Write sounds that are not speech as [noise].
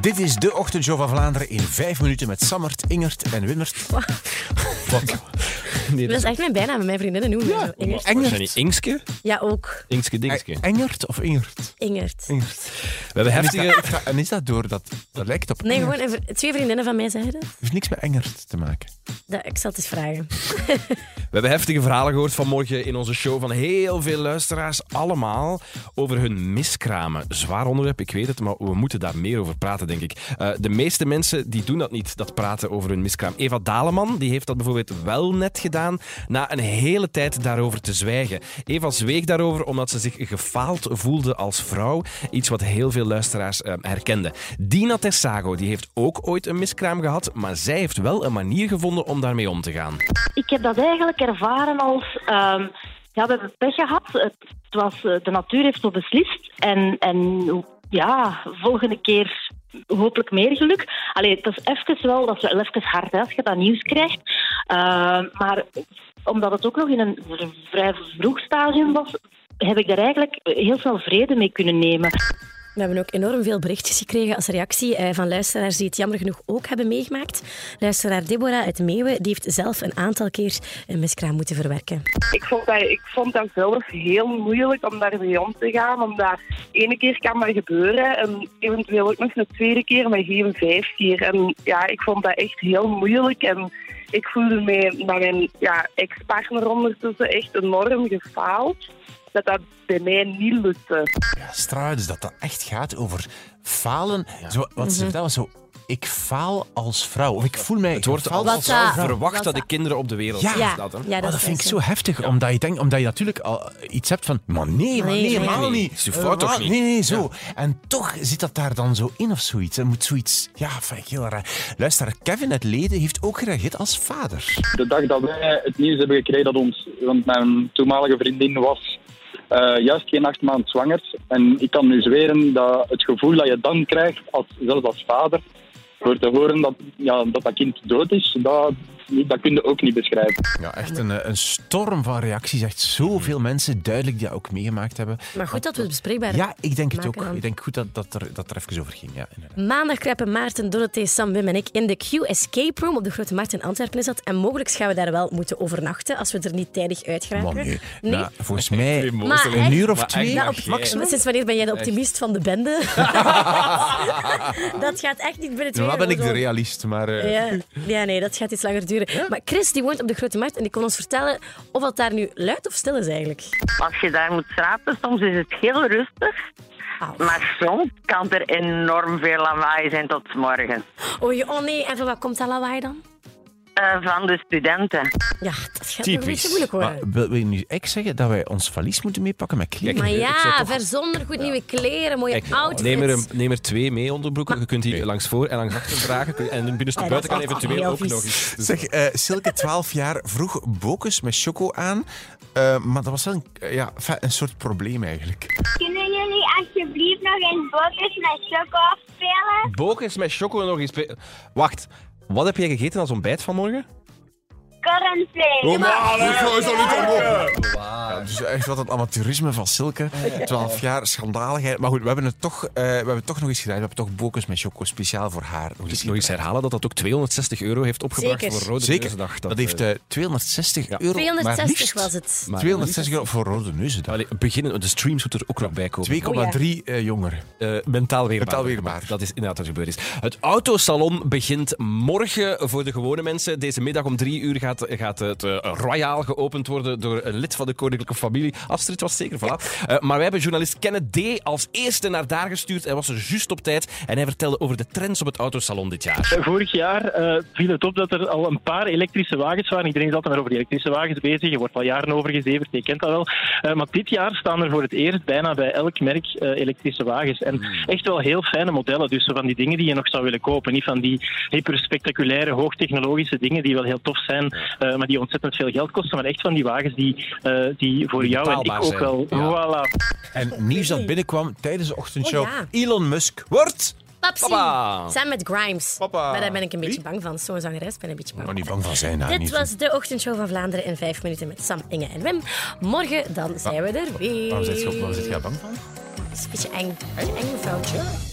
Dit is de Ochtendshow van Vlaanderen in vijf minuten met Sammert, Ingert en Wimmert. Wat? Nee, Dat dat is echt mijn bijnaam. Mijn vriendinnen noemen me zo. Ingert. Engert. Waarschijnlijk Ingske? Ja, ook. Ingske Dingske. is Eh, Engert of Ingert? Ingert. Ingert. We hebben En is heftige... dat, en is dat door dat... Dat lijkt op Nee, Engert. gewoon een vri- twee vriendinnen van mij zeiden dat. Het heeft niks met Engert te maken. dat. Ik zal het eens vragen. We hebben heftige verhalen gehoord vanmorgen in onze show van heel veel luisteraars. Allemaal over hun miskramen. Zwaar onderwerp, ik weet het, maar we moeten daar meer over praten, denk ik. Eh, de meeste mensen die doen dat niet, dat praten over hun miskraam. Eva Daleman die heeft dat bijvoorbeeld wel net gedaan, na een hele tijd daarover te zwijgen. Eva zweeg daarover omdat ze zich gefaald voelde als vrouw. Iets wat heel veel luisteraars eh, herkenden. Dina Tersago die heeft ook ooit een miskraam gehad, maar zij heeft wel een manier gevonden om daarmee om te gaan. ik heb dat eigenlijk ervaren als... ehm, ja, we hebben pech gehad. Het, het was, eh, de natuur heeft zo beslist. En, en ja, volgende keer hopelijk meer geluk. Allee, het is even wel, dat is wel even hard hè, als je dat nieuws krijgt. Ehm, maar omdat het ook nog in een v- vrij vroeg stadium was, heb ik daar eigenlijk heel veel vrede mee kunnen nemen. We hebben ook enorm veel berichtjes gekregen als reactie eh, van luisteraars die het jammer genoeg ook hebben meegemaakt. Luisteraar Deborah uit Meeuwen die heeft zelf een aantal keer een miskraam moeten verwerken. Ik vond, dat, ik vond dat zelf heel moeilijk om daarmee om te gaan. Omdat ene keer kan maar gebeuren en eventueel ook nog een tweede keer, maar geen vijf keer. En ja, ik vond dat echt heel moeilijk. En ik voelde mij met mijn ja, ex-partner ondertussen echt enorm gefaald. Dat dat bij mij niet lukte. Struidens, dus dat dat echt gaat over falen. Zo, wat Mhm. ze vertelde was zo... Ik faal als vrouw. Of ik voel mij Het wordt gefaald als Wat dat- verwacht wat dat de dat- kinderen op de wereld Ja. zijn. Dat, hè? Ja, Maar dat, is vind ik zo. zo heftig, omdat, je denkt, omdat je natuurlijk al iets hebt van... Maar nee, maar Nee, nee, nee, helemaal nee. niet. Is je fout Eh, toch wa- niet? Nee, nee, zo. En toch zit dat daar dan zo in of zoiets. Er moet zoiets... Ja, vind ik heel raar. Luister, Kevin uit Leden heeft ook gereageerd als vader. de dag dat wij het nieuws hebben gekregen dat ons, want mijn toenmalige vriendin was eh, juist geen acht maand zwanger. En ik kan nu zweren dat het gevoel dat je dan krijgt, als, zelfs als vader, voor te horen dat ja, dat, dat kind dood is, dat, dat kun je ook niet beschrijven. Ja, echt een, eh, een storm van reacties. Echt zoveel mensen duidelijk die dat ook meegemaakt hebben. Maar goed dat we het bespreekbaar Ja, ik denk het maken ook. dan. Ik denk goed dat, dat, er, dat er even over ging. Ja, inderdaad. Maandag kruipen Maarten, Dorothee, Sam, Wim en ik in de Q Escape Room op de Grote Markt in Antwerpen is dat. En mogelijk gaan we daar wel moeten overnachten als we er niet tijdig uit geraken. Man, nee. Nou, volgens mij Twee Maar mooiste echt- een uur of Maar twee. echt, Ja, op [laughs] Echt, maximum. Sinds wanneer ben jij de optimist van de bende? dat gaat echt niet binnen Normaal twee jaar Nou, ben ik de worden. realist, maar... eh, Ja, ja, nee, dat gaat iets langer duren. Maar Chris die woont op de Grote Markt en die kon ons vertellen of dat daar nu luid of stil is eigenlijk. Als je daar moet slapen, soms is het heel rustig. Au. Maar soms kan er enorm veel lawaai zijn tot morgen. Oh, je- oh nee, en van wat komt dat lawaai dan? Eh, van de studenten. Ja, dat gaat nog een Typisch. beetje moeilijk worden. Maar wil, wil je nu echt zeggen dat wij ons valies moeten meepakken met kleren? Maar Ik zou ja, toch- verzonder, goed nieuwe kleren, mooie Kijk, outfits. neem, er een, neem er twee mee onderbroeken. Je kunt die langs voor en langs achter dragen. Kun- En de binnenste Ja, buiten dat kan is echt eventueel heel ook vies. nog eens. Dus- Zeg, eh, Silke, 12 jaar, vroeg bokus met choco aan. Eh, maar dat was wel een, eh, ja, enfin, een soort probleem eigenlijk. Kunnen jullie alsjeblieft nog eens bokjes met choco afspelen? Bokus met choco nog eens. pe- Wacht, wat heb jij gegeten als ontbijt vanmorgen? Cornflakes. Ja, dus echt wat het amateurisme van Silke. 12 jaar, schandaligheid. Maar goed, we hebben het toch, eh, we hebben het toch nog eens gedaan. We hebben toch bokus met choco speciaal voor haar. nog eens Nog eens gedaan. herhalen dat dat ook 260 euro heeft opgebracht Zeker. voor Rode Zeker, Neuzendag. dat, heeft eh, eh, 260 euro. maar 260 liefst was het. maar- 260 euro voor rode neuzen. Allee, beginnen, de streams moeten er ook nog bij komen. 2,3 eh, jongeren. Eh, mentaal weerbaar. Mentaal weerbaar. Dat is inderdaad wat gebeurd is. Het autosalon begint morgen voor de gewone mensen. Deze middag om drie uur gaat, gaat het eh, royaal geopend worden door een lid van de koninklijke familie. Astrid was zeker, voilà. Eh, maar wij hebben journalist Kenneth D. als eerste naar daar gestuurd. Hij was er juist op tijd en hij vertelde over de trends op het autosalon dit jaar. Vorig jaar eh, viel het op dat er al een paar elektrische wagens waren. Iedereen is altijd maar over die elektrische wagens bezig. Je wordt al jaren over gezeverd, je kent dat wel. Eh, maar dit jaar staan er voor het eerst bijna bij elk merk eh, elektrische wagens. En echt wel heel fijne modellen. Dus zo van die dingen die je nog zou willen kopen. Niet van die hyperspectaculaire, hoogtechnologische dingen die wel heel tof zijn, eh, maar die ontzettend veel geld kosten. Maar echt van die wagens die, eh, die voor Die jou en ik betaalbaar ook zijn. wel... Ja. Voilà, [laughs] En nieuws dat binnenkwam tijdens de ochtendshow. Oh ja. Elon Musk wordt... Papsi, Papa. samen met Grimes. Papa. Maar daar ben ik een beetje Wie? bang van. Zo'n zangeres ben ik een beetje Oh, bang Maar niet bang van zijn naam. Dit was de ochtendshow van Vlaanderen in 5 minuten met Sam, Inge en Wim. Morgen dan zijn we er weer. Ah. Waarom zit je waarom zit je daar bang van? Het is een beetje eng. Een beetje eng foutje.